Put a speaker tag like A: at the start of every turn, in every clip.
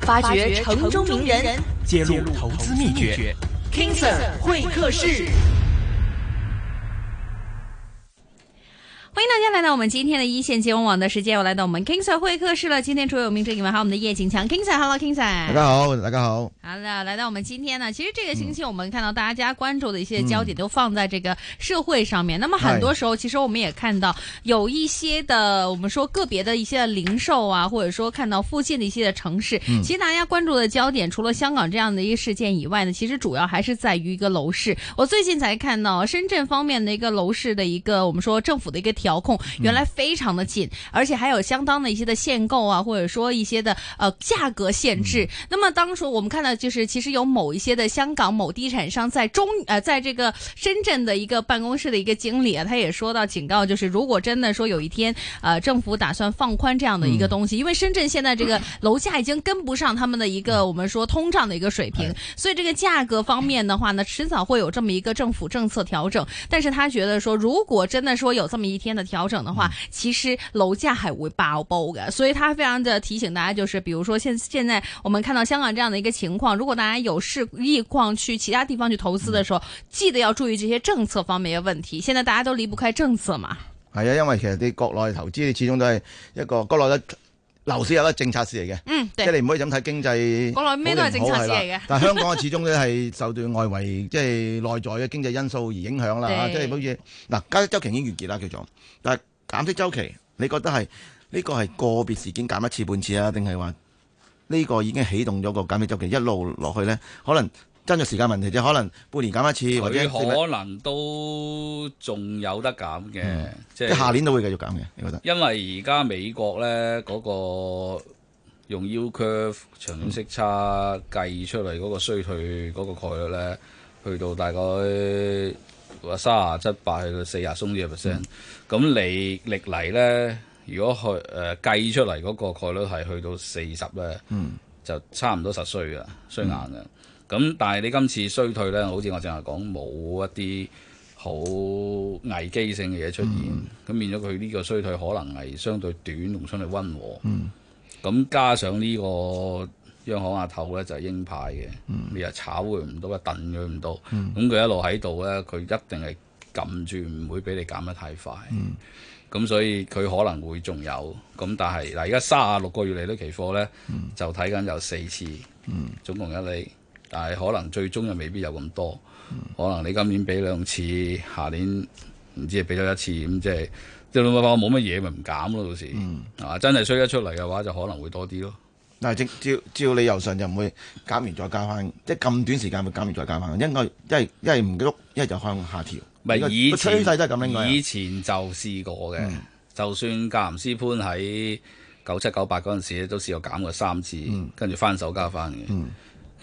A: 发掘城中名人，
B: 揭露投资秘诀。
A: King Sir 会客室。
C: 欢迎大家来到我们今天的一线金融网的时间，又来到我们 King Sir 会客室了。今天除了有名之以外，还有我们的叶景强 King Sir，Hello，King Sir。
D: 大家好，大家好。
C: 好的，来到我们今天呢，其实这个星期我们看到大家关注的一些焦点都放在这个社会上面。那么很多时候，其实我们也看到有一些的，我们说个别的一些零售啊，或者说看到附近的一些的城市，
D: 嗯
C: 其实大家关注的焦点除了香港这样的一个事件以外呢，其实主要还是在于一个楼市。我最近才看到深圳方面的一个楼市的一个我们说政府的一个调控，原来非常的紧，而且还有相当的一些的限购啊，或者说一些的呃价格限制。那么当时我们看到，就是其实有某一些的香港某地产商在中呃在这个深圳的一个办公室的一个经理啊，他也说到警告，就是如果真的说有一天呃政府打算放宽这样的一个东西，因为深圳现在这个楼价已经跟不上他们的一个我们说通胀的一个水平，所以这个价格方面的话呢，迟早会有这么一个政府政策调整。但是他觉得说，如果真的说有这么一天的调整的话，其实楼价还会爆煲的。所以他非常的提醒大家，就是比如说现现在我们看到香港这样的一个情况，如果大家有事意况去其他地方去投资的时候，记得要注意这些政策方面的问题。现在大家都离不开政策嘛。
D: 係啊，因為其實你國內投資，你始終都係一個國內嘅樓市有一個政策市嚟嘅，
C: 嗯，
D: 即
C: 對
D: 係你唔可以咁睇經濟好定唔好係啦。
C: 國內咩都係政策市嚟嘅
D: 但係香港始終都係受到外圍即係內在嘅經濟因素而影響啦
C: 對
D: 嚇，即係好似嗱加息周期已經完結啦叫做，但係減息周期，你覺得係呢個係個別事件減一次半次啊，定係話呢個已經起動咗個減息周期一路落去咧？可能真係時間問題啫，可能半年減一次或者
B: 佢可能都仲有得減嘅，
D: 嗯
B: 即
D: 即係下
B: 係
D: 年都會繼續減嘅，你覺得？
B: 因為而家美國咧嗰、個用 U curve 長短息差計出嚟嗰個衰退嗰個概率咧，去到大概話三啊七八去到四啊鬆啲嘅
D: 嗯
B: percent，咁你歷嚟咧，如果去誒、呃、計出嚟嗰個概率係去到四十咧。
D: 嗯
B: 就差唔多實衰嘅，衰硬嘅。咁但係你今次衰退咧，好似我淨係講冇一啲好危機性嘅嘢出現，咁、變咗佢呢個衰退可能係相對短同相對温和。
D: 嗯
B: 咁、加上呢個央行阿頭咧就係鷹派嘅，你又炒佢唔到，又燉佢唔到，咁佢、一路喺度咧，佢一定係撳住唔會俾你減得太快。咁所以佢可能會仲有，咁但係嗱，而家三十六個月利率期貨咧，就睇緊有四次，總共一厘，但係可能最終又未必有咁多，可能你今年俾兩次，下年唔知係俾咗一次，咁即係即係老闆話我冇乜嘢咪唔減咯，到時、
D: 嗯
B: 啊真係衰得出嚟嘅話就可能會多啲咯。
D: 但係照照照理由上就唔會減完再加翻，即係咁短時間會減完再加翻，應該一係一係唔喐，一係就向下調。
B: 咪
D: 應該
B: 以
D: 個
B: 前
D: 趨勢都係咁應嗯該
B: 以
D: 係。
B: 前就試過嘅，就算格林斯潘喺九七九八嗰陣時都試過減過三次，跟住翻手加翻嘅。
D: 嗯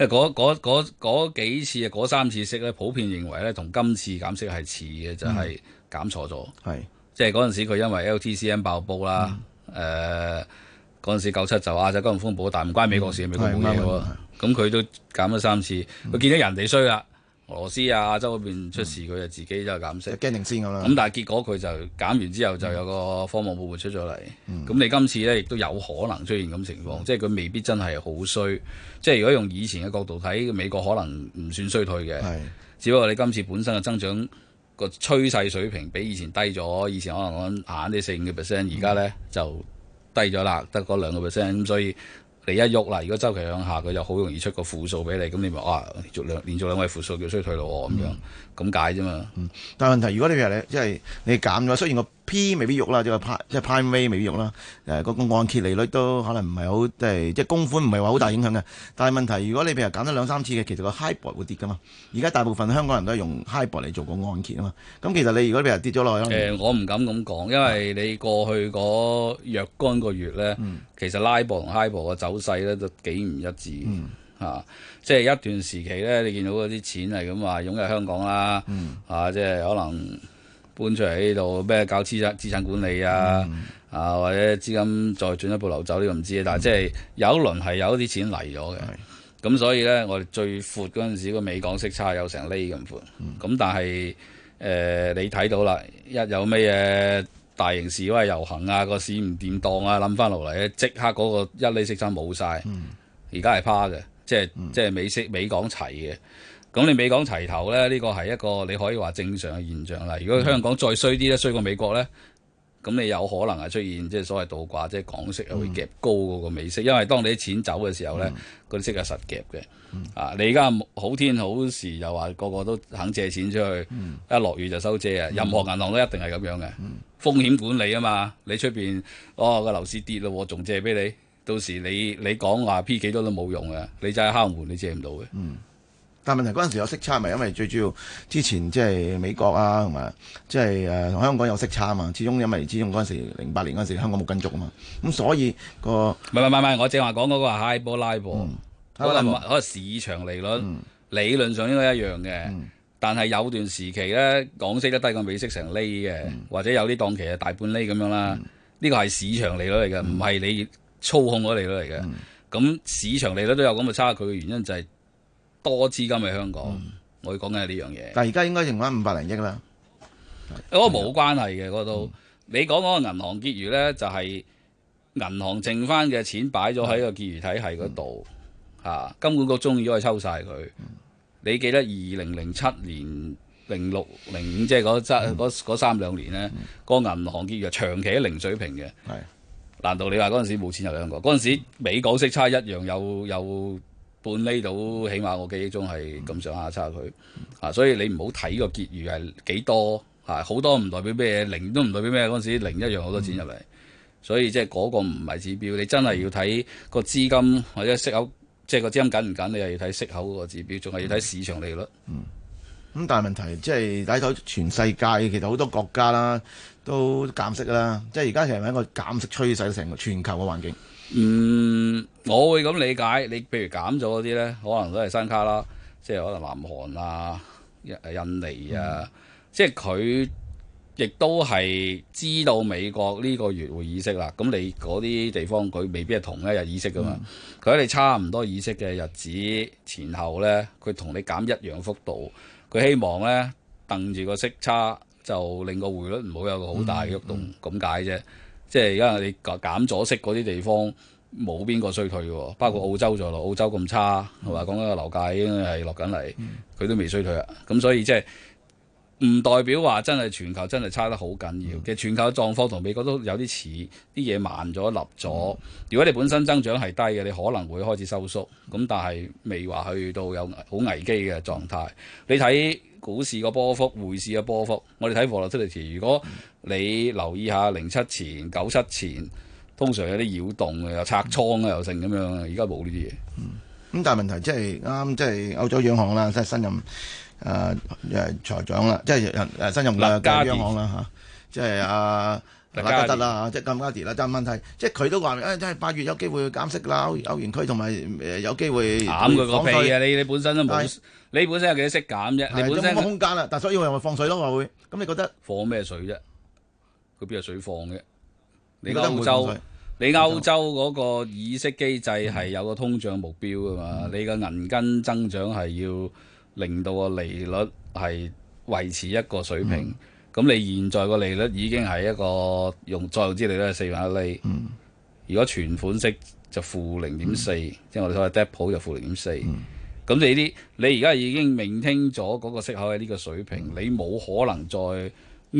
B: 因為嗰嗰嗰嗰幾次啊，嗰三次息咧，普遍認為咧同今次減息係似嘅，就係、
D: 嗯
B: 減錯咗。
D: 係
B: 即係嗰陣時佢因為 LTCM 爆煲啦，誒嗰陣時九七就亞洲金融風暴，嗯但唔關美國事，美國冇嘢
D: 係啱
B: 喎
D: 啊。
B: 咁佢都減咗三次，佢見到人哋衰啦，俄羅斯啊、亞洲嗰邊出事，佢就自己就減
D: 即
B: 息
D: 係。驚定先咁啦。
B: 咁但係結果佢就減完之後就有個科網泡沫出咗嚟。咁、你今次呢，亦都有可能出現咁情況，即係佢未必真係好衰。即係如果用以前嘅角度睇，美國可能唔算衰退嘅，
D: 係
B: 只不過你今次本身嘅增長個趨勢水平比以前低咗，以前可能講硬啲四五個 percent，而家呢就低咗啦，得嗰兩個 percent，咁所以。你一喐啦，如果周期向下，佢就好容易出個負數俾你，咁你咪啊連續兩連續兩位負數叫衰退咯喎咁樣，咁解啫嘛。
D: 但係問題，如果你譬如你即係你減咗，雖然個 P 未必喐啦，即係 prime 即係 prime rate 未必喐啦，誒嗰個按揭利率都可能唔係好即係即係供款唔係話好大影響嘅。但係問題，如果你譬如減咗兩三次嘅，其實個 HIBOR 會跌噶嘛。而家大部分香港人都係用 HIBOR 嚟做個按揭啊嘛。咁其實你如果譬如跌咗落去
B: 誒、
D: 啦，
B: 我唔敢咁講，因為你過去嗰若干個月咧，其實拉布同 high 布嘅走勢咧都幾唔一致嘅啊！即係一段時期咧，你見到嗰啲錢係咁話湧入香港啦，啊，即係可能搬出嚟呢度咩搞資產資產管理啊，啊或者資金再進一步流走呢個唔知，但係即係有一輪係有啲錢嚟咗嘅。咁所以咧，我哋最闊嗰陣時個美港息差有成厘咁闊，咁、但係誒、呃你睇到啦，一有咩嘢大型示威遊行啊，個市唔掂當啊，諗翻落嚟咧，即刻嗰個一厘息差冇晒。而家係趴嘅，即係即係美息美港齊嘅。咁你美港齊頭咧，呢個係一個你可以話正常嘅現象啦。如果香港再衰啲咧，衰過美國咧，咁你有可能係出現即係所謂倒掛，即係港息係會夾高嗰個美息，因為當你啲錢走嘅時候咧，嗰啲息係實夾嘅。啊，你而家好天好時又話個個都肯借錢出去，一落雨就收遮啊！任何銀行都一定係咁樣嘅，風險管理啊嘛。你出邊哦個樓市跌咯，我仲借俾你，到時你你講話 P 幾多都冇用嘅，你就係敲門，你借唔到嘅。
D: 但問題嗰陣時有息差，咪因為最主要之前即係美國啊，同埋即係誒同香港有息差嘛。始終因為始終嗰陣時零八年嗰陣時香港冇跟足啊嘛，咁所以個
B: 唔係唔係唔係，我正話講嗰個係 high ball live ball，嗰個
D: high ball
B: 嗰個市場利率理論上應該一樣嘅，但係有段時期咧，港息都低過美息成厘嘅，或者有啲檔期係大半厘咁樣啦。呢個係市場利率嚟嘅，唔係你操控嗰利率嚟嘅。咁市場利率都有咁嘅差距嘅原因就係多資金喺香港，我要講緊係呢樣嘢。
D: 但係而家應該剩翻五百零億啦。
B: 嗰個冇關係嘅嗰度。你講嗰個銀行結餘呢，就係、銀行剩翻嘅錢擺咗喺個結餘體系嗰度嚇，金管局中意咗去抽晒佢。你記得二零零七年、零六、零五，即係嗰三嗰嗰三兩年呢，個銀行結餘係長期喺零水平嘅。
D: 係
B: 難道你話嗰陣時冇錢有兩個？嗰陣時美港息差一樣有有半厘到，起碼我記憶中係咁上下差距啊！所以你唔好睇個結餘係幾多啊，好多唔代表咩，零都唔代表咩。嗰陣時零一樣好多錢入嚟，所以即係嗰個唔係指標，你真係要睇個資金或者息口，即係個資金緊唔緊，你又要睇息口嗰個指標，仲係要睇市場利率。
D: 咁但係問題即係睇到全世界其實好多國家啦都減息啦，即係而家其實係一個減息趨勢成個全球嘅環境。
B: 嗯，我會咁理解。你譬如減咗嗰啲呢，可能都係山卡啦，即係可能南韓啊、印印尼啊，即係佢亦都係知道美國呢個月會議息啦。咁你嗰啲地方佢未必係同一日議息噶嘛。佢喺你差唔多議息嘅日子前後呢，佢同你減一樣幅度。佢希望呢，掟住個息差，就令個匯率唔好有個好大嘅喐動咁解啫。即係而家你減咗息嗰啲地方冇邊個衰退嘅喎，包括澳洲在內，澳洲咁差係嘛？講緊個樓價已經係落緊嚟，佢都未衰退啊。咁所以即係唔代表話真係全球真係差得好緊要。其實全球嘅狀況同美國都有啲似，啲嘢慢咗、立咗。如果你本身增長係低嘅，你可能會開始收縮。咁但係未話去到有好危機嘅狀態。你睇股市個波幅、匯市嘅波幅，我哋睇 volatility。如果你留意下零七前、九七前，通常有啲擾動嘅，又拆倉啊，又剩咁樣。而家冇呢啲嘢。
D: 咁但係問題即係啱，即係歐洲央行啦，即係新任誒誒、呃、財長啦，即係人誒新任
B: 勒
D: 嘅
B: 加
D: 嘅
B: 迪
D: 央行啦嚇、即係阿
B: 勒
D: 拉
B: 加迪
D: 加德啦嚇，即係咁加迪啦。但係問題即係佢都話誒，即係八月有機會減息啦，歐歐元區同埋誒有機會
B: 減佢個
D: 放
B: 屁
D: 水
B: 啊！你你本身都冇
D: 係，
B: 你本身有幾多息減啫？
D: 係
B: 你本
D: 都冇乜
B: 身
D: 空間啦，但所以我又咪放水咯，話會咁你覺得？
B: 放咩水啫？佢邊有水放嘅？你
D: 你覺得
B: 歐
D: 會
B: 洲
D: 放水？
B: 你歐洲嗰個議息機制係有個通脹目標㗎嘛？你嘅銀根增長係要令到個利率係維持一個水平。咁、你現在個利率已經係一個用再用之利率係四分一厘。如果存款息就負零點四，即係我哋所謂 debt pool 就負零點四。咁你啲你而家已經明聽咗嗰個息口喺呢個水平，你冇可能再額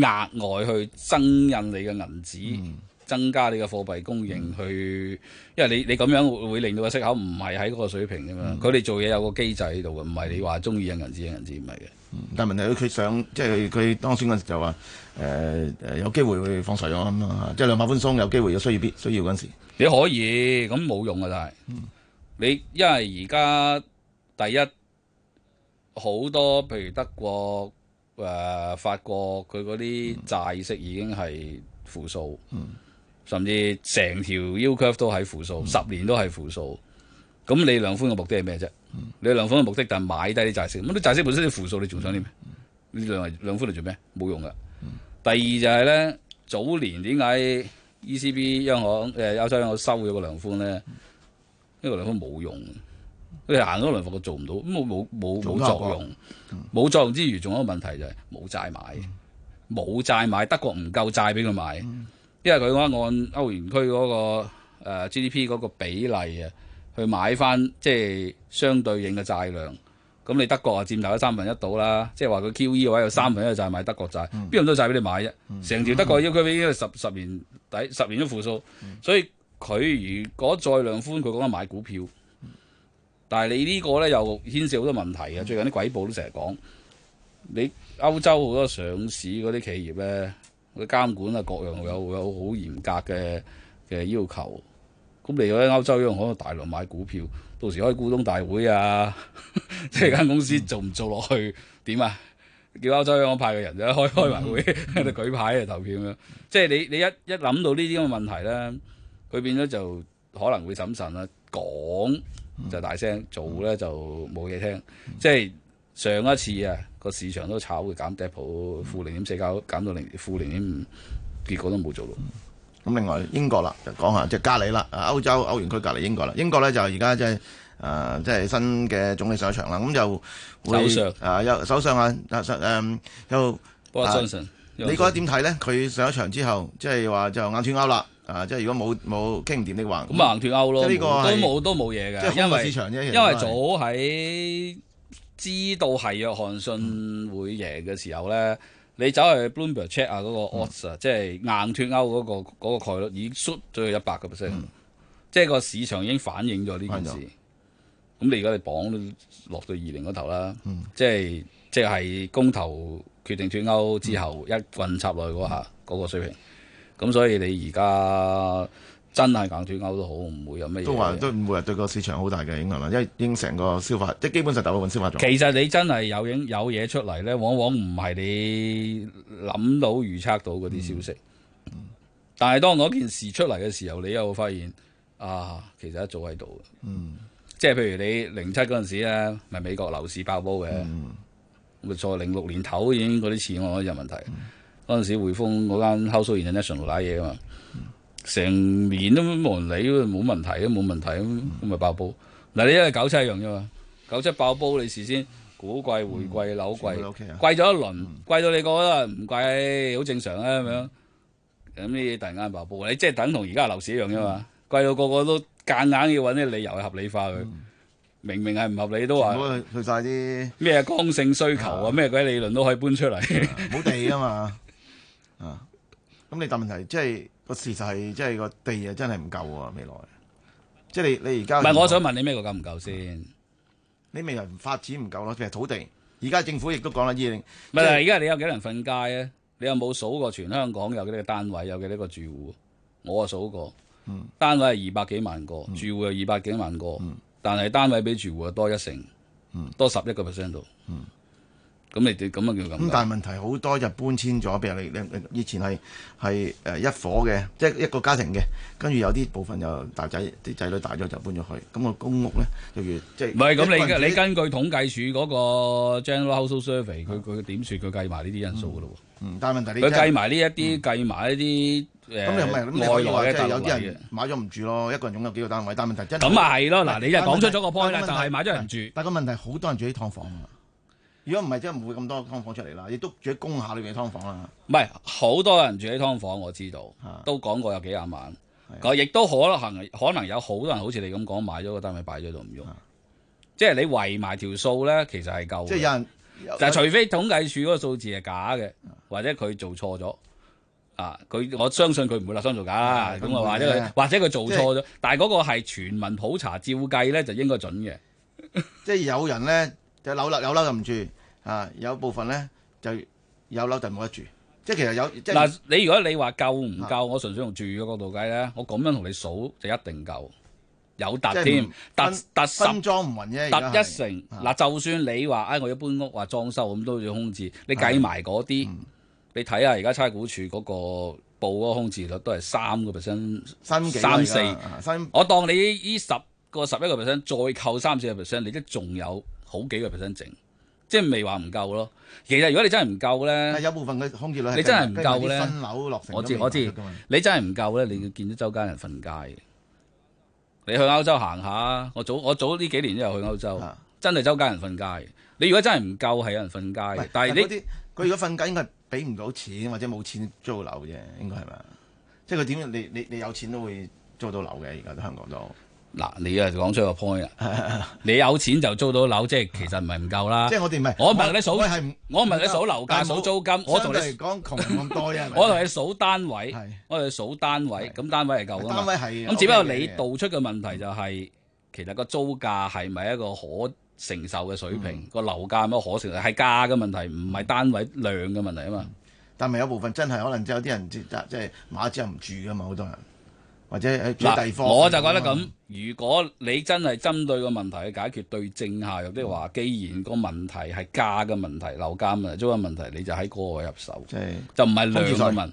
B: 外去增印你嘅銀紙，增加你嘅貨幣供應去，因為你你咁樣會會令到個息口唔係喺嗰個水平㗎嘛。佢哋做嘢有個機制喺度嘅，唔係你話中意印銀紙印銀紙唔係嘅。
D: 但係問題佢佢想即係佢佢當選嗰陣時就話誒誒有機會會放水咯咁啊，即係量化寬鬆有機會有需要必需要嗰陣時。
B: 你可以咁冇用啊，但係、你因為而家第一好多，譬如德國、誒、法國，佢嗰啲債息已經係負數，甚至成條 U curve 都係負數，十、年都係負數。咁你量寬嘅目的係咩啫？你量寬嘅目的就係買低啲債息，咁啲債息本身都負數，你仲想啲咩？你量量寬嚟做咩？冇用噶。第二就係咧，早年點解 ECB 央行誒呃歐洲央行收咗個量寬咧？呢個量寬冇用，佢行咗量寬佢做唔到，咁冇冇
D: 做
B: 冇冇
D: 唔到
B: 作用，冇作用之餘，仲有一個問題就係冇債買，冇債買，德國唔夠債俾佢買，呃因為佢嗰個按歐元區嗰個誒 GDP 嗰個比例啊。去買翻即係相對應嘅債量。咁你德國啊佔大咗三分一到啦，即係話佢 QE 嘅話有三分一嘅債買德國債，邊有咁多債俾你買啫？成條德國要佢俾十十年底十年都負數，所以佢如果再量寬，佢講緊買股票。但係你呢個呢，又牽涉好多問題啊！最近啲鬼報都成日講，你歐洲好多上市嗰啲企業呢，佢監管啊各樣有有好嚴格嘅嘅要求。咁你喺歐洲央行大量買股票，到時開股東大會啊，即係間公
D: 嗯
B: 司做唔做落去點啊？叫歐洲央行派嘅人就
D: 嗯
B: 開開埋會喺度舉牌啊投票咁樣，即係你你一一諗到呢啲咁嘅問題呢，佢變咗就可能會審慎啦，講
D: 嗯
B: 就大聲，做呢就冇嘢聽。即係上一次啊，個市場都炒佢減 d e p 負零點四九減到零負零點五，結果都冇做到。
D: 咁另外英國啦，就講下即係隔離啦，啊歐洲歐元區隔離英國啦。英國咧就而家即係誒即係新嘅總理上場啦，咁就會
B: 首
D: 啊有首相啊啊上誒又
B: 不過
D: 啊
B: 相信
D: 你覺得點睇咧？佢上咗場之後，即係話就硬斷鈎啦，啊即係如果冇冇傾唔掂的話，
B: 咁啊，硬脱歐
D: 即
B: 咯，
D: 係呢個
B: 冇
D: 係
B: 都冇都冇嘢
D: 即係
B: 嘅，
D: 空
B: 因
D: 個
B: 為
D: 市場啫，其實
B: 因為
D: 都係
B: 早喺知道係約翰遜會贏嘅時候咧，你走去 Bloomberg check 下嗰個
D: 嗯
B: odds 啊、即係硬脱歐嗰、個嗰、個概率已經 shoot 咗去一百個
D: 嗯
B: percent，即係個市場已經反映咗呢件
D: 反映
B: 事。咁你而家你綁都落到二零嗰頭啦，即係即係公投決定脱歐之後、一棍插落去嗰下嗰、個水平。咁所以你而家真係硬脱歐都好，唔會有乜嘢。
D: 都話都唔會係對個市場好大嘅影響啦，因為已經成個消化，即係基本上大部分消化咗。
B: 其實你真係有影有嘢出嚟呢，往往唔係你諗到預測到
D: 嗯
B: 嗰啲消息。但係當嗰件事出嚟嘅時候，你又會發現啊，其實一早喺度嘅。
D: 嗯
B: 即係譬如你零七嗰陣時咧，咪美國樓市爆煲嘅，
D: 嗯
B: 咪再零六年頭已經嗰啲錢我有問題。嗰陣時匯豐嗰間 Household International 攋嘢啊嘛，成年都冇人理，冇問題都冇問題，咁咁咪爆煲。嗱，你因為九七一樣啫嘛，九七爆煲你事先股貴、匯貴、樓貴
D: 全部都 OK 啊，
B: 貴咗一輪，貴到你覺得唔貴，好正常啊咁
D: 嗯
B: 樣。咁呢啲突然間爆煲，你即係等同而家樓市一樣啫
D: 嗯
B: 嘛，貴到個個都夾硬要揾啲理由去合理化佢，明明係唔合理
D: 嗯
B: 都
D: 全
B: 話
D: 部去晒啲
B: 咩剛性需求啊，咩鬼理論都可以搬出嚟。
D: 冇地啊嘛，啊，咁你但問題即係個事實係即係個地啊真係唔夠喎未來，即係你你而家
B: 唔係，我想問你咩個夠唔夠先？
D: 你未來發展唔夠咯，譬如土地，而家政府亦都講啦，二零
B: 唔係，而家你有幾多人瞓街咧？你有冇數過全香港有幾多個單位，有幾多個住戶？我啊數過，
D: 嗯
B: 單位係二百幾萬個，住戶有二百幾萬個，但係單位比住戶啊多一成，
D: 嗯
B: 多十一個 percent 度。咁你哋咁啊叫
D: 咁
B: 咁？
D: 但係問題好多就搬遷咗，譬如你你你以前係係呃誒一伙嘅，即係一個家庭嘅，跟住有啲部分就大仔啲仔女大咗就搬咗去，咁個公屋咧就越即係
B: 唔係
D: 一個
B: 咁，
D: 人
B: 你
D: 自
B: 你
D: 己
B: 根據統計處嗰個 General Household Survey，佢佢點算？佢計埋呢啲因素噶咯
D: 嗯，但係問題
B: 喎，
D: 你
B: 佢
D: 真係嗯
B: 計埋呢一啲，計埋一啲誒
D: 咁你唔係咁你可以話
B: 外來嘅
D: 即
B: 大
D: 係
B: 陸
D: 有啲
B: 嚟嘅
D: 人。買咗唔住咯，一個人擁有幾個單位，但係問題真係
B: 咁啊係咯，嗱你就
D: 但係
B: 講出
D: 問題
B: 咗個 point 啦，
D: 但係
B: 就
D: 問題
B: 係買咗人住。
D: 但係個問題好多人住喺劏房啊！如果唔係，真係唔會咁多劏房出嚟啦，亦都住喺工廈裏邊嘅劏房啦。
B: 唔係好多人住喺劏房，我知道
D: 啊，
B: 都講過有幾廿萬
D: 係。啊
B: 個亦都可能可能有好多人好似你咁講買咗個單位擺咗喺度唔用
D: 啊，
B: 即係你圍埋條數咧，其實係夠
D: 即係
B: 嘅。
D: 有人，
B: 但係除非統計處嗰個數字係假嘅，或者佢做錯咗。啊！佢我相信佢唔會立心造假啦，
D: 係
B: 咁
D: 咁
B: 啊或
D: 會
B: 者
D: 嘅
B: 佢或者佢做錯咗，但係嗰個係全民普查照計咧就應該準嘅。
D: 即係有人咧就有樓有樓就唔住啊，有部分咧就有樓就冇得住。即係其實有即係啊
B: 嗱，你如果你話夠唔夠，我純粹用住嘅角度計咧，我咁樣同你數就一定夠，有
D: 即
B: 突
D: 係
B: 添
D: 唔，
B: 突
D: 分
B: 突十
D: 分裝唔勻啫，而
B: 突
D: 家
B: 一
D: 係
B: 成
D: 啊
B: 嗱，就算你話唉，我要搬屋話裝修咁都要空置，你計埋嗰啲，
D: 嗯
B: 你睇下而家差估處嗰個報嗰個空置率都係三個 percent，
D: 三幾啦
B: 三四
D: 而家啊三
B: 我當你呢十個十一個 percent 再扣三四個 percent，你都仲有好幾個 percent 剩，即係未話唔夠咯。其實如果你真係唔夠咧
D: 但。有部分嘅空置率係
B: 你真係
D: 計
B: 唔
D: 埋
B: 夠
D: 計埋
B: 咧
D: 啲分樓落成
B: 我知
D: 都未
B: 我知
D: 賣得㗎嘛，
B: 你真係唔夠咧，你要見到周街人瞓街嘅。你去歐洲行下，我早我早呢幾年都有去歐洲，
D: 啊
B: 真係周街人瞓街嘅。你如果真係唔夠，係有人瞓街
D: 唔係
B: 嘅。但係
D: 嗰
B: 你
D: 啲佢如果瞓街應該係俾唔到錢或者冇錢租樓啫，應該係咪？即係佢點？你你你有錢都會租到樓嘅，而家都香港都
B: 嗱，你啊講出個 point 啦， 你有錢就租到樓，即係其實唔係唔夠啦
D: 即。係我哋唔係，
B: 啊我唔係你數
D: 我係唔啊
B: 我唔係你數樓價、
D: 但係冇
B: 數租金，我
D: 相
B: 同你
D: 對嚟講窮咁多啫。係咪
B: 我同你數單位
D: 係，
B: 我哋數單位，咁單位係夠噶
D: 單
B: 嘛
D: 位？係
B: 咁只不過
D: OK 嘅
B: 你道出嘅問題就係、其實個租價係咪一個可承受嘅水
D: 嗯
B: 平？個樓價有乜可承受？係價嘅問題，唔係單位量嘅問題啊嘛。
D: 嗯但係有部分真係可能即係有啲人即即係買咗之後唔住噶嘛，好多人或者喺住喺地
B: 嗱，
D: 方。
B: 我就覺得
D: 嗯
B: 咁，如果你真係針對個問題去解決對症下藥的
D: 嗯
B: 話，既然個問題係價嘅問題、樓價問題、租金問題，你就喺嗰個位入手，
D: 即係
B: 就唔係量
D: 空置稅
B: 嘅問題。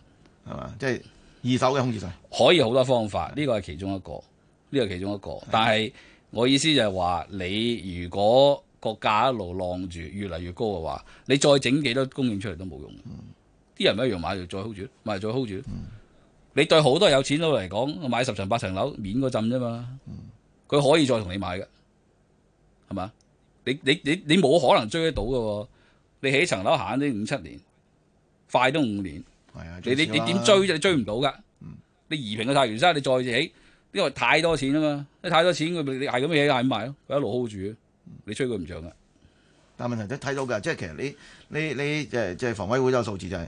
D: 係嘛？即係二手嘅空置稅。
B: 可以好多方法，呢個係其中一個，呢個係其中一個。但係我意思就係話，你如果個價一路浪住，越嚟越高嘅話，你再整幾多供應出嚟都冇用。啲人咪一樣買就再 hold 住，買就再 hold 住。你對好多有錢佬嚟講，買十層八層樓免嗰陣啫嘛，佢可以再同你買嘅，係嘛？你你你你冇可能追得到嘅喎，你起層樓行啲五七年，快都五年。
D: 係啊，
B: 你你
D: 最少
B: 你
D: 啦嗯
B: 點追啫？你追唔到噶。你移平個太原山，你再起，因為太多錢啊嘛，你太多錢佢咪你係咁起係咁賣咯，佢一路 hold 住，
D: 嗯
B: 你追佢唔漲噶。
D: 但問題都睇到㗎，即係其實你你你即係即係房委會有數字就係、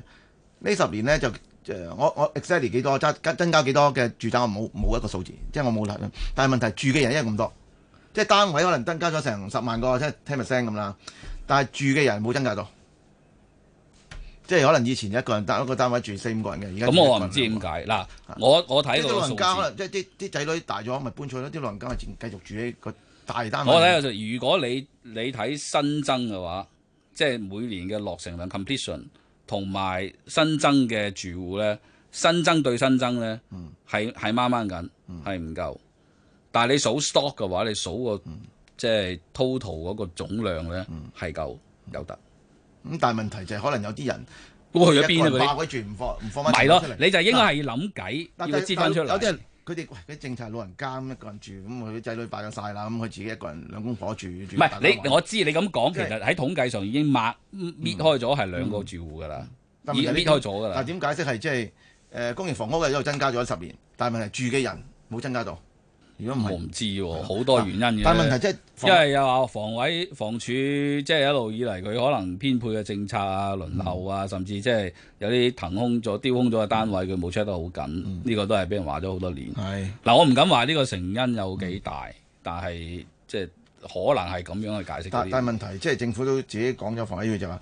D: 呢十年咧就即係我我 exactly 幾多增增加幾多嘅住宅，我冇冇一個數字，即係我冇睇到。但係問題住嘅人一樣咁多，即係單位可能增加咗成十萬個，即係 ten percent 咁啦。但係住嘅人冇增加到，即係可能以前一個人單一個單位住四五個人嘅，而家
B: 咁我
D: 住一
B: 話唔
D: 個
B: 知
D: 人啊
B: 點解。嗱，我我睇
D: 嗯即係
B: 到
D: 啲
B: 個
D: 老
B: 數
D: 人家可
B: 字，
D: 能即係啲啲仔女大咗咪搬出去咯，啲老人家咪繼續住喺個大單位。
B: 我睇到就如果你你睇新增嘅話，即係每年嘅落成量 completion 同埋新增嘅住戶咧，新增對新增咧
D: 嗯
B: 係係掹掹緊，係唔夠。但係你數 stock 嘅話，你數個
D: 嗯
B: 即係 total 嗰個總量咧係夠
D: 嗯
B: 有得。
D: 咁，但係問題就係可能有啲人。
B: 咁去咗邊啊？
D: 一個人霸
B: 嗰
D: 鬼住唔放唔放翻
B: 啲咪
D: 出
B: 咯
D: 嚟，
B: 你就應該係諗計，要
D: 但
B: 佢
D: 但
B: 支翻出嚟。
D: 有啲人佢哋喂佢政策係老人家咁一個人住，咁佢啲仔女擺咗晒啦，咁佢自己一個人兩公婆住住
B: 唔
D: 大單位。
B: 係你，我知你咁講，
D: 即
B: 其
D: 係嗯
B: 實喺統計上已經抹搣開咗係兩個住戶㗎啦，
D: 但
B: 已
D: 問題
B: 經
D: 呢
B: 搣開咗㗎
D: 但
B: 啦。
D: 點解釋係即係誒公營房屋嘅一路增加咗十年，但係問題住嘅人冇增加到。如果唔
B: 我
D: 係，啊
B: 唔知喎，好多原因嘅。
D: 但係問題即係
B: 因
D: 房
B: 為又話房委房署即係一路以嚟佢可能編配嘅政策啊、輪候啊，
D: 嗯
B: 甚至即係有啲騰空咗、丟空咗嘅單位，佢冇 check 得好緊，呢、個都係俾人話咗好多年。
D: 嗯係
B: 嗱，我唔敢話呢個成因有幾大，但係即係可能係咁樣去解釋嗰
D: 但
B: 啲
D: 但問題即係政府都自己講咗房委會就話，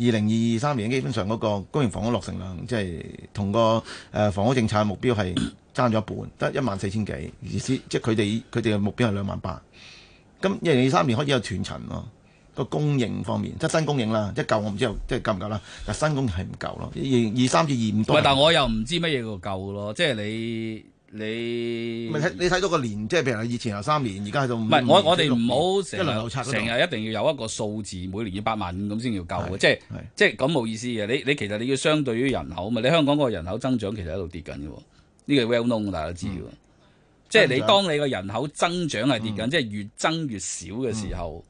D: 二零二三年基本上嗰個公營房屋落成量，即係同個誒房屋政策嘅目標 係爭咗一半，得一萬四千幾，意思即係佢哋佢哋嘅目標係兩萬八。咁二零二三年開始有斷層咯，個供應方面，即係新供應啦，即係舊我唔知有即係夠唔夠啦，但係新供應係唔夠咯，二二三至二五都係。
B: 喂但我又唔知乜嘢叫夠咯，即係你你
D: 咪睇你睇到個年，即係譬如以前由三年，而家去到五
B: 唔
D: 年
B: 係我我哋
D: 六
B: 唔
D: 年
B: 好
D: 一輪流拆
B: 成
D: 嗰度
B: 日成日一定要有一個數字，每年要八萬五咁先叫夠
D: 係
B: 嘅，即係
D: 係
B: 即係咁冇意思嘅。你你其實你要相對於人口嘛，你香港個人口增長其實喺度跌緊嘅喎，呢個 well known 大家都知嘅喎。即係你
D: 嗯增長嗯
B: 當你個人口增長係跌緊，即係越增越少嘅時候，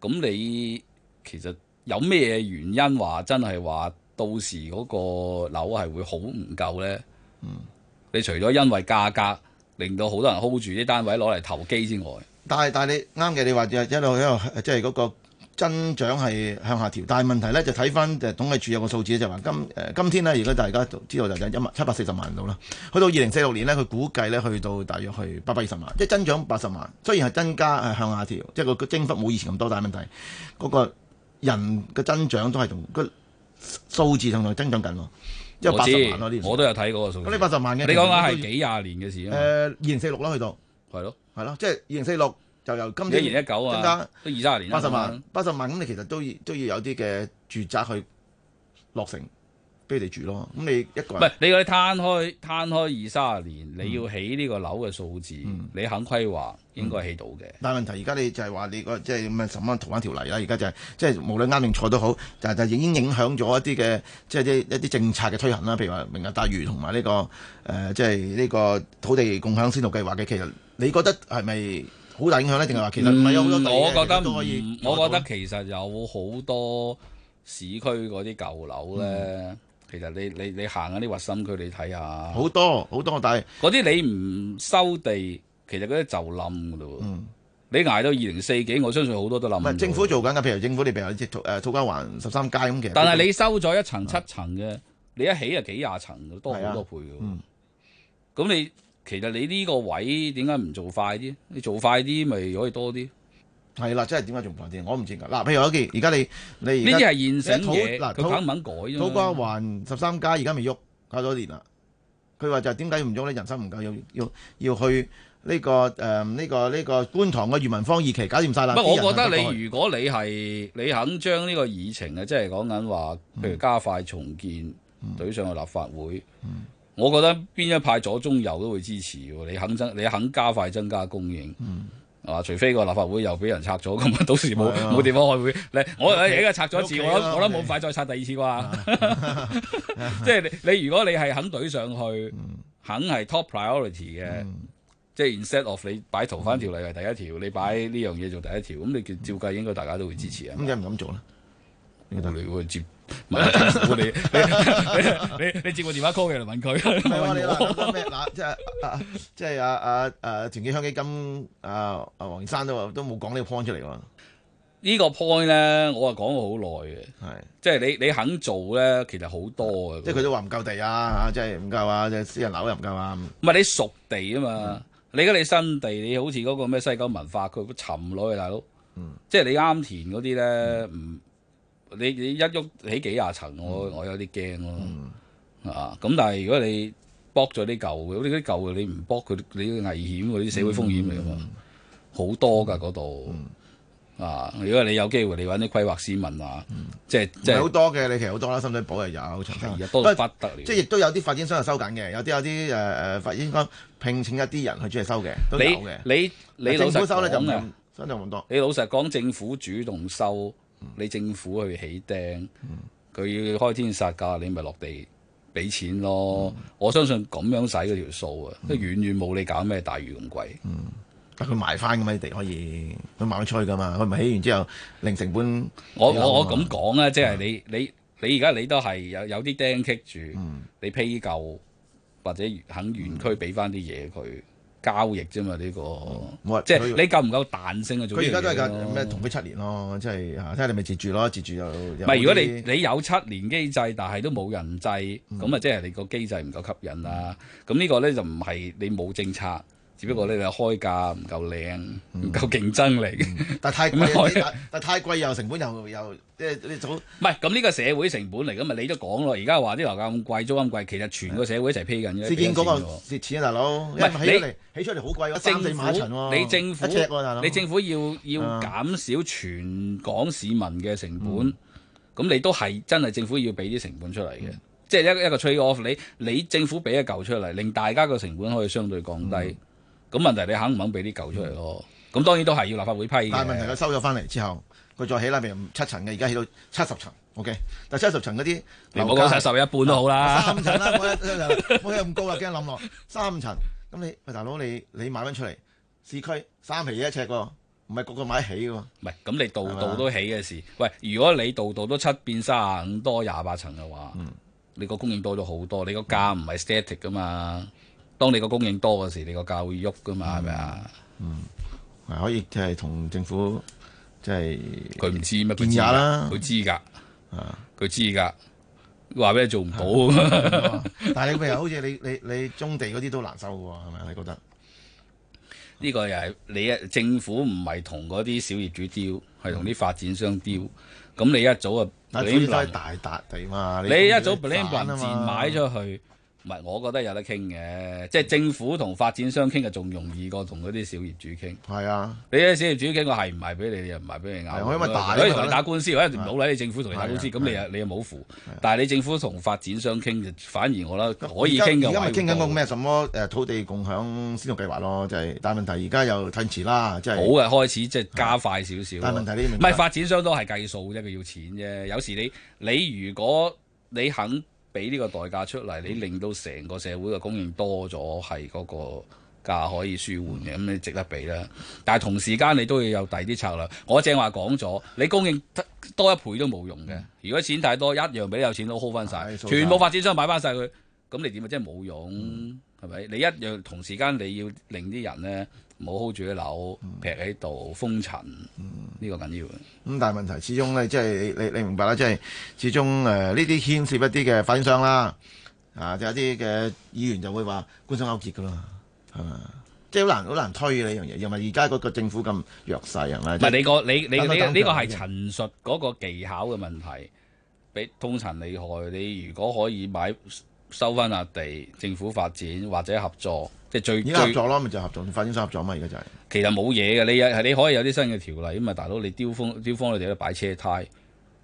B: 咁、你其實有咩原因話真係話到時嗰個樓係會好唔夠呢？
D: 嗯
B: 你除咗因為價格令到好多人 hold 住啲單位攞嚟投機之外，
D: 但係但係你啱嘅，你話就一路一路即係嗰個增長係向下調，但係問題咧就睇翻誒統計處有個數字就話今誒、呃今天咧，而家大家都知道就係一萬七百四十萬度啦，去到二零四六年咧，佢估計咧去到大約去八百二十萬，即係增長八十萬。雖然係增加係向下調，即係個個增幅冇以前咁多，但係問題嗰、個人嘅增長都係同個數字同埋增長緊喎，因為
B: 我
D: 八
B: 知
D: 十萬咯呢條數
B: 我都有睇嗰個數
D: 咁
B: 字
D: 你。八十萬嘅，
B: 你講緊係幾廿年嘅事
D: 誒
B: 啊嘛，
D: 呃二零四六啦，去到
B: 係咯，
D: 係咯，即係二零四六就由今
B: 一
D: 天
B: 年一九
D: 增加
B: 啊，都二三十年
D: 八
B: 啦
D: 十萬，八十萬咁你其實都要都要有啲嘅住宅去落成俾你哋住咯。咁你一個
B: 唔
D: 人
B: 係你嗰啲攤開攤開二三十
D: 嗯
B: 年，你要起呢個樓嘅數字，你肯規劃應該起到嘅。
D: 但係問題而家你就係話你個即係咩審翻逃犯條例啦，而家就係、即係無論啱定錯都好，但係就已經影響咗一啲嘅即係一啲一啲政策嘅推行啦，譬如話明日大嶼同埋呢個誒、呃即係呢個土地共享先導計劃嘅，其實你覺得係咪好大影響咧？定係話其實唔係有好多地
B: 嗯我覺得
D: 其實都可以
B: 唔
D: 做
B: 我覺
D: 到
B: 得
D: 呢
B: 其實有好多市區嗰啲舊樓咧，
D: 嗯
B: 其實你你你行嗰啲核心區，你睇下，
D: 好多好多，但係
B: 嗰啲你唔收地，其實嗰啲就冧噶咯喎。
D: 嗯
B: 你捱到二零四幾，我相信好多都冧。
D: 唔係政府，做緊嘅，譬如政府你譬如即係誒土瓜灣十三街咁，其實啊
B: 但係你收咗一層七層嘅，你一起啊幾廿層㗎，多
D: 係啊
B: 好多倍嘅喎。
D: 嗯
B: 咁你其實你呢個位點解唔做快啲？你做快啲咪可以多啲？呢
D: 係啦，真係點解仲唔快啲？我唔知㗎。嗱，譬如我記而家你你
B: 啲
D: 而家
B: 係現成嘢，
D: 你土嗱
B: 佢
D: 土
B: 肯唔肯改啫嘛
D: 土瓜灣十三街而家未喐，搞咗年啦。佢話就係點解唔喐咧？人手唔夠，要要要去呢、個呃誒呢、個呢、個觀塘嘅裕民坊二期搞掂晒啦。
B: 不
D: 啲
B: 過
D: 人
B: 我覺
D: 行
B: 得
D: 過去
B: 你如果你係你肯將呢個議程啊，即係講緊話，
D: 嗯
B: 譬如加快重建，懟上去立法會，
D: 嗯
B: 我覺得邊一派左中右都會支持喎。你肯增，你肯加快增加供應。啊！除非個立法會又俾人拆咗，咁啊，到 時冇
D: 嗯係啊
B: 冇地方開會。你我我而家拆咗一次，
D: 喺屋企
B: 我
D: 啦
B: 諗我諗
D: 我哋
B: 冇快再拆第二次
D: 啊
B: 啩。 即係你你如果你係肯懟上去，
D: 嗯
B: 肯係 top priority 嘅。即係 instead of 你擺逃
D: 嗯
B: 犯條例係第一條，你擺呢樣嘢做第一條，咁你叫照計應該大家都會支持啊。
D: 咁點解唔咁做咧？
B: 你
D: 嗯
B: 會接，唔係我哋你你你你接個電話 call 佢嚟問佢，
D: 唔係話你
B: 問
D: 嗱
B: 我
D: 講咩嗱，即係啊啊即係啊啊啊團結香基金啊啊黃先生都都冇講呢個 point 出嚟喎，
B: 呢個 point 咧，我啊係講咗好耐嘅，
D: 係
B: 即係你你肯做咧，其實好多嘅。
D: 即係佢都話唔夠地啊，即係唔夠啊，即係私人樓又唔夠啊，
B: 唔係你熟地啊
D: 嗯
B: 嘛，你而家你新地，你好似嗰個咩西九文化區沉落去大佬，
D: 嗯
B: 即係你啱填嗰啲咧，唔你你一喐起幾廿層，我
D: 嗯
B: 我有啲驚咯，啊咁但係如果你剝咗啲舊嘅，嗰啲舊嘅你唔剝佢，你危險喎，啲社會風險嚟噶
D: 嗯
B: 嘛，好多㗎嗰度。啊！如果你有機會，你揾啲規劃師問下，即係
D: 嗯唔
B: 即
D: 係好
B: 係
D: 多嘅，你其實好多啦，深水埗又有，長沙
B: 係
D: 有
B: 啊，
D: 不
B: 多
D: 過
B: 到不得了。
D: 即係亦都有啲發展商係收緊嘅，有啲有啲誒誒發展商聘請一啲人去專係收嘅，都有嘅。
B: 你你你老
D: 政
B: 實
D: 府收咧就唔
B: 講啊
D: 咁，收就唔咁多。
B: 你老實講，政府主動收，
D: 嗯
B: 你政府去起釘，佢要開天殺價，你咪落地俾錢咯。
D: 嗯
B: 我相信咁樣使嗰條數啊，都遠遠冇你搞咩大魚咁貴。
D: 嗯但佢賣翻咁嘛啲地可以，佢賣咗出去㗎嘛，佢唔係起完之後零成本。
B: 我我我咁講啊，即係你你你而家你都係有有啲釘棘住，
D: 嗯
B: 你批舊或者肯園區俾翻啲嘢佢交易啫嘛，呢
D: 冇
B: 個
D: 啊
B: 即係
D: 佢
B: 你夠唔夠彈性啊？做
D: 佢
B: 呢
D: 而家都係
B: 樣嘢咯
D: 緊咩同居七年咯，即係啊睇下你咪自住咯，自住又唔
B: 唔係，如果你你有七年機制，但係都冇人制，咁啊，即係你個機制唔夠吸引啦。咁呢個呢，就唔係你冇政策，只不過咧你開價唔夠靚，唔夠競爭力。
D: 但係太
B: 咁
D: 貴
B: 樣
D: 啊，但但太貴又成本又又即係你早
B: 唔係，咁呢個社會成本嚟噶嘛？你都講咯，而家話啲樓價咁貴，租金貴，其實全個社會一齊批緊嘅。
D: 市建局
B: 俾緊
D: 啊
B: 錢喎
D: 蝕錢啊，大佬，因
B: 係
D: 為起出嚟起出嚟好貴喎，
B: 政
D: 三
B: 府
D: 四萬一層喎，
B: 你政府
D: 一尺喎，大佬，
B: 你政府要要
D: 啊嗯
B: 減少全港市民嘅成本，咁、你都係真係政府要俾啲成本出嚟
D: 嗯
B: 嘅，即係一個一個 trade off 你。你政府俾一嚿出嚟，令大家個成本可以相對降低。
D: 嗯
B: 咁、問題你肯唔肯俾啲嚿出嚟咯？咁、當然都係要立法會批嘅。
D: 但係問題佢收咗翻嚟之後，佢再起啦，譬如七層嘅，而家起到七十層，OK，但七十層嗰啲
B: 你唔好講晒
D: 樓價
B: 十一半都好啦。
D: 三層啦，我一我咁高啦，啊驚冧落三層。咁你喂大佬，你你買翻出嚟市區三皮嘢一尺喎，唔係個個買得起喎。
B: 唔係，咁你度
D: 係嘛
B: 度都起嘅事。喂，如果你度度都七變三十五多廿八層嘅話，
D: 嗯
B: 你個供應多咗好多，你個價唔係 static 噶嘛。當你個供應多嗰時，你個價會喐噶
D: 嗯
B: 嘛，係咪啊？
D: 係可以即係同政府即係
B: 佢唔知咩？佢
D: 見
B: 知
D: 也
B: 㗎
D: 啦
B: 佢知㗎，
D: 啊！
B: 佢知㗎。話俾你做唔到，
D: 但係你譬如好似你你你中地嗰啲都難收喎，係咪？你覺得？
B: 呢個又係你啊！政府唔係同嗰啲小業主丟，係同啲發展商丟。咁你一早啊，
D: 但係佢
B: 你
D: 都係大笪地嘛，
B: 你一早 b
D: 你
B: l a m
D: 散啊
B: e
D: 嘛
B: 買咗去，唔係我覺得有得傾嘅，即係政府同發展商傾嘅仲容易過同嗰啲小業主傾。
D: 係啊，
B: 你啲小業主傾，我係唔係俾你，你又唔係俾你
D: 係
B: 拗。
D: 我因為大
B: 可以
D: 啊
B: 同
D: 嘛
B: 你打官司，或者唔好理你政府同你打官司，
D: 係啊
B: 咁你又你又冇符。但係你政府同發展商傾，就反而我覺得可以
D: 而家
B: 傾嘅
D: 而家
B: 話
D: 咪傾緊個咩什麼誒土地共享先導計劃咯，就係但係問題而家又褪遲啦，即係
B: 好嘅開始，即係加快少少。
D: 但係問題你明
B: 唔
D: 白
B: 係發展商都係計數啫，佢要錢啫。有時你你如果你肯俾呢個代價出嚟，你令到成個社會嘅供應多咗，係嗰個價可以舒緩嘅，咁你值得俾啦。但係同時間你都要有第二啲策略。我正話講咗，你供應得多一倍都冇用嘅。如果錢太多，一樣俾你有錢都 hold 翻晒，
D: 係掃晒
B: 全部發展商買翻晒佢，咁你點啊？真係冇用。係係咪？你一樣同時間你要令啲人咧唔好 hold 住啲樓，劈喺度封塵，呢個緊要嘅。
D: 咁但係問題始終咧，即係你你你明白啦，即係始終誒呢啲牽涉一啲嘅發展商啦，啊，就有啲嘅議員就會話官商勾結噶啦，係咪？即係好難好難推呢樣嘢，又咪而家嗰個政府咁弱勢係咪？
B: 唔係你個你你
D: 等等等
B: 你
D: 等
B: 呢個係陳述嗰個技巧嘅問題，俾通陳利害。你如果可以買收翻笪地，政府發展或者合作，即係最
D: 而家合
B: 最
D: 作咯，咪就合作，發展商合作嘛，而家就係、
B: 其實冇嘢嘅。你有係你可以有啲新嘅條例咁啊，大佬你雕封雕封你哋都擺車胎，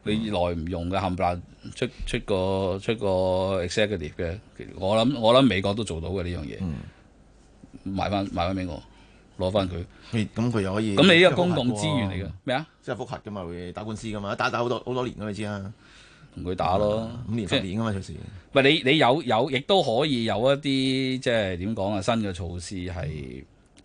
B: 你耐唔用嘅冚唪唥出出個出個 executive 嘅。其實我諗我諗美國都做到嘅呢樣嘢，買翻買翻俾我，攞翻佢。
D: 佢咁佢又可以。
B: 咁你呢個公共資源嚟嘅
D: 嘅，
B: 咩啊？
D: 即係複核噶嘛，會打官司噶嘛，打打好多好多年噶你知啊，
B: 同佢打咯，
D: 五年
B: 即係
D: 十年噶嘛隨時。
B: 唔係你你有有，亦都可以有一啲即係點講啊？新嘅措施係，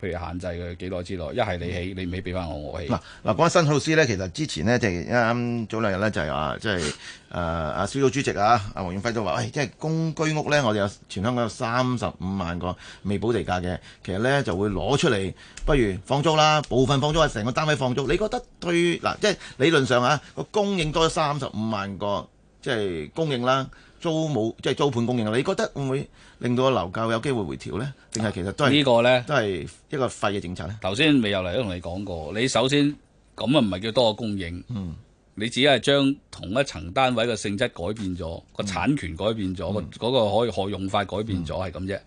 B: 譬如限制佢幾耐之內，一係你起，你唔起俾翻我，我起。
D: 嗯嗱嗱講新措施咧，其實之前咧就係啱早兩日咧就係話，即係誒阿小組主席啊，阿黃遠輝都話，喂，即係公居屋咧，我哋有全香港有三十五萬個未補地價嘅，其實咧就會攞出嚟，不如放租啦，部分放租啊，成個單位放租。你覺得對嗱，即係理論上啊，個供應多咗三十五萬個，即係供應啦。租冇即係租盤供應啦，你覺得會唔會令到個樓價有機會回調咧？定係其實都
B: 呢
D: 係
B: 個呢，
D: 都係一個廢嘅政策咧？
B: 頭先未有嚟都同你講過，你首先咁啊唔係叫多個供應，
D: 嗯
B: 你只係將同一層單位嘅性質改變咗，個
D: 嗯
B: 產權改變咗，個嗰、個可以可用法改變咗，
D: 嗯
B: 係咁啫。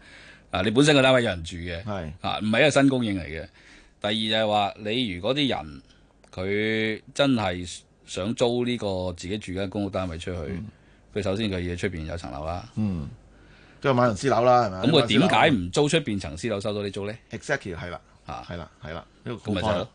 B: 啊，你本身個單位有人住嘅。
D: 係
B: 啊，唔係一個新供應嚟嘅。第二就係話，你如果啲人佢真係想租呢個自己住間公屋單位出去，佢、首先佢要出邊有層樓啦。
D: 嗯，都係買人私樓啊啦，係咪？
B: 咁佢點解唔租出邊層私樓收到你租呢？
D: exactly 係啦，
B: 啊
D: 係啦，係啦，呢個
B: 咁咪就
D: 好
B: 係
D: 方
B: 咯，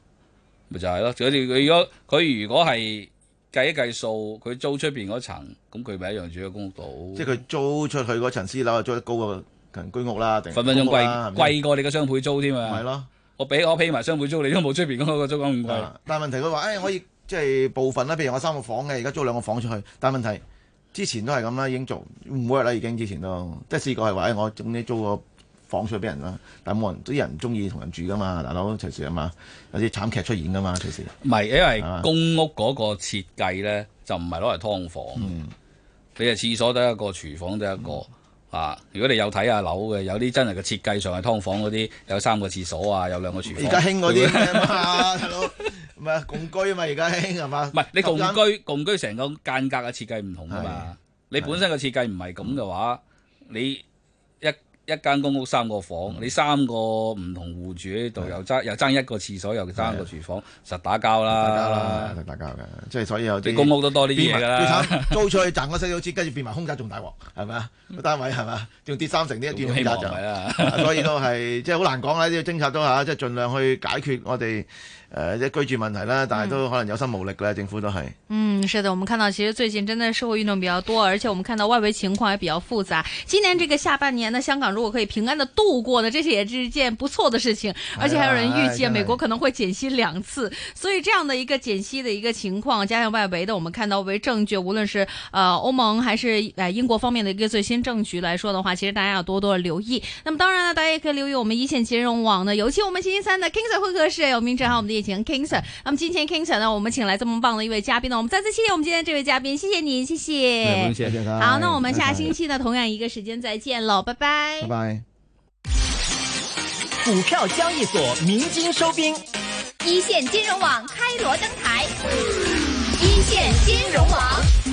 B: 咪就係咯。佢哋佢如果佢如果係計一計數，佢租出邊嗰層，咁佢咪一樣住喺公屋度。
D: 即係佢租出去嗰層私樓啊，租得高過近居屋啦，定
B: 分分鐘
D: 公屋啦
B: 貴
D: 係咪
B: 貴過你個雙倍租添
D: 咪
B: 啊！
D: 咯？
B: 我俾我批埋雙倍租，你都冇出邊嗰個租金咁貴。
D: 啊但係問題佢話誒可以即係部分啦，譬如我三個房嘅，而家租兩個房出去，但係問題之前都係咁啦，已經做唔 work 啦，已經之前都即係試過係話誒，哎我總之租個房出去俾人啦，但係冇人啲人唔中意同人住噶嘛，大佬隨時啊嘛，有啲慘劇出現噶嘛，隨時
B: 唔係，因為
D: 啊
B: 公屋嗰個設計咧，就唔係攞嚟劏房嘅。
D: 嗯
B: 你係廁所得一個，廚房得一個。啊！如果你有睇下樓嘅，有啲真係個設計上係劏房嗰啲，有三個廁所啊，有兩個廚房。
D: 而家興嗰啲
B: 哦
D: 咩嘛， 大佬唔係啊共居嘛，而家興係嘛？
B: 唔係你共
D: 十間
B: 居啊共居成個間隔嘅設計唔同噶嘛？你本身個設計唔係咁嘅話，
D: 嗯
B: 你一一間公屋三個房，你三個唔同戶住喺度，又爭又爭一個廁所，又爭一個廚房，實打交
D: 大家啦
B: 啦！，
D: 大家嘅，即係所以有
B: 你
D: 啲
B: 公屋都多呢啲
D: 變
B: 嘢
D: 埋
B: 㗎啦。
D: 最慘租出去賺嗰四毫紙，跟住變埋空宅仲大鑊，係咪啊？個單位係咪啊？仲跌三成呢一段空
B: 嗯希
D: 宅
B: 望唔
D: 就
B: 係，啦。
D: 啊 所以都係即係好難講啦。呢個政策都嚇，即係盡量去解決我哋誒即係居住問題啦，但係
B: 嗯
D: 都可能有心無力啦，政府都係。
C: 嗯，是的，我们看到其实最近真的社会运动比较多，而且我们看到外围情况也比较复杂。今年这个下半年呢，香港如果可以平安的度过呢，这是也是一件不错的事情。而且还有人预计
D: 哎
C: 啊
D: 真的
C: 美国可能会减息两次，所以这样的一个减息的一个情况，加上外围的我们看到为证据，无论是呃欧盟还是呃英国方面的一个最新政局来说的话，其实大家要多多地留意。那么当然呢，大家也可以留意我们一线金融网呢，尤其我们星期三的 King Sir 会客室有明哲还有我们的叶晴 King Sir。那么今天 King Sir 呢，我们请来这么棒的一位嘉宾呢，我们再次谢谢我们今天这位嘉宾，谢谢你，谢谢。好，那我们下星期呢，同样一个时间再见喽，拜拜
D: 拜。拜。
A: 股票交易所鸣金收兵，
E: 一线金融网开锣登台，一线金融网。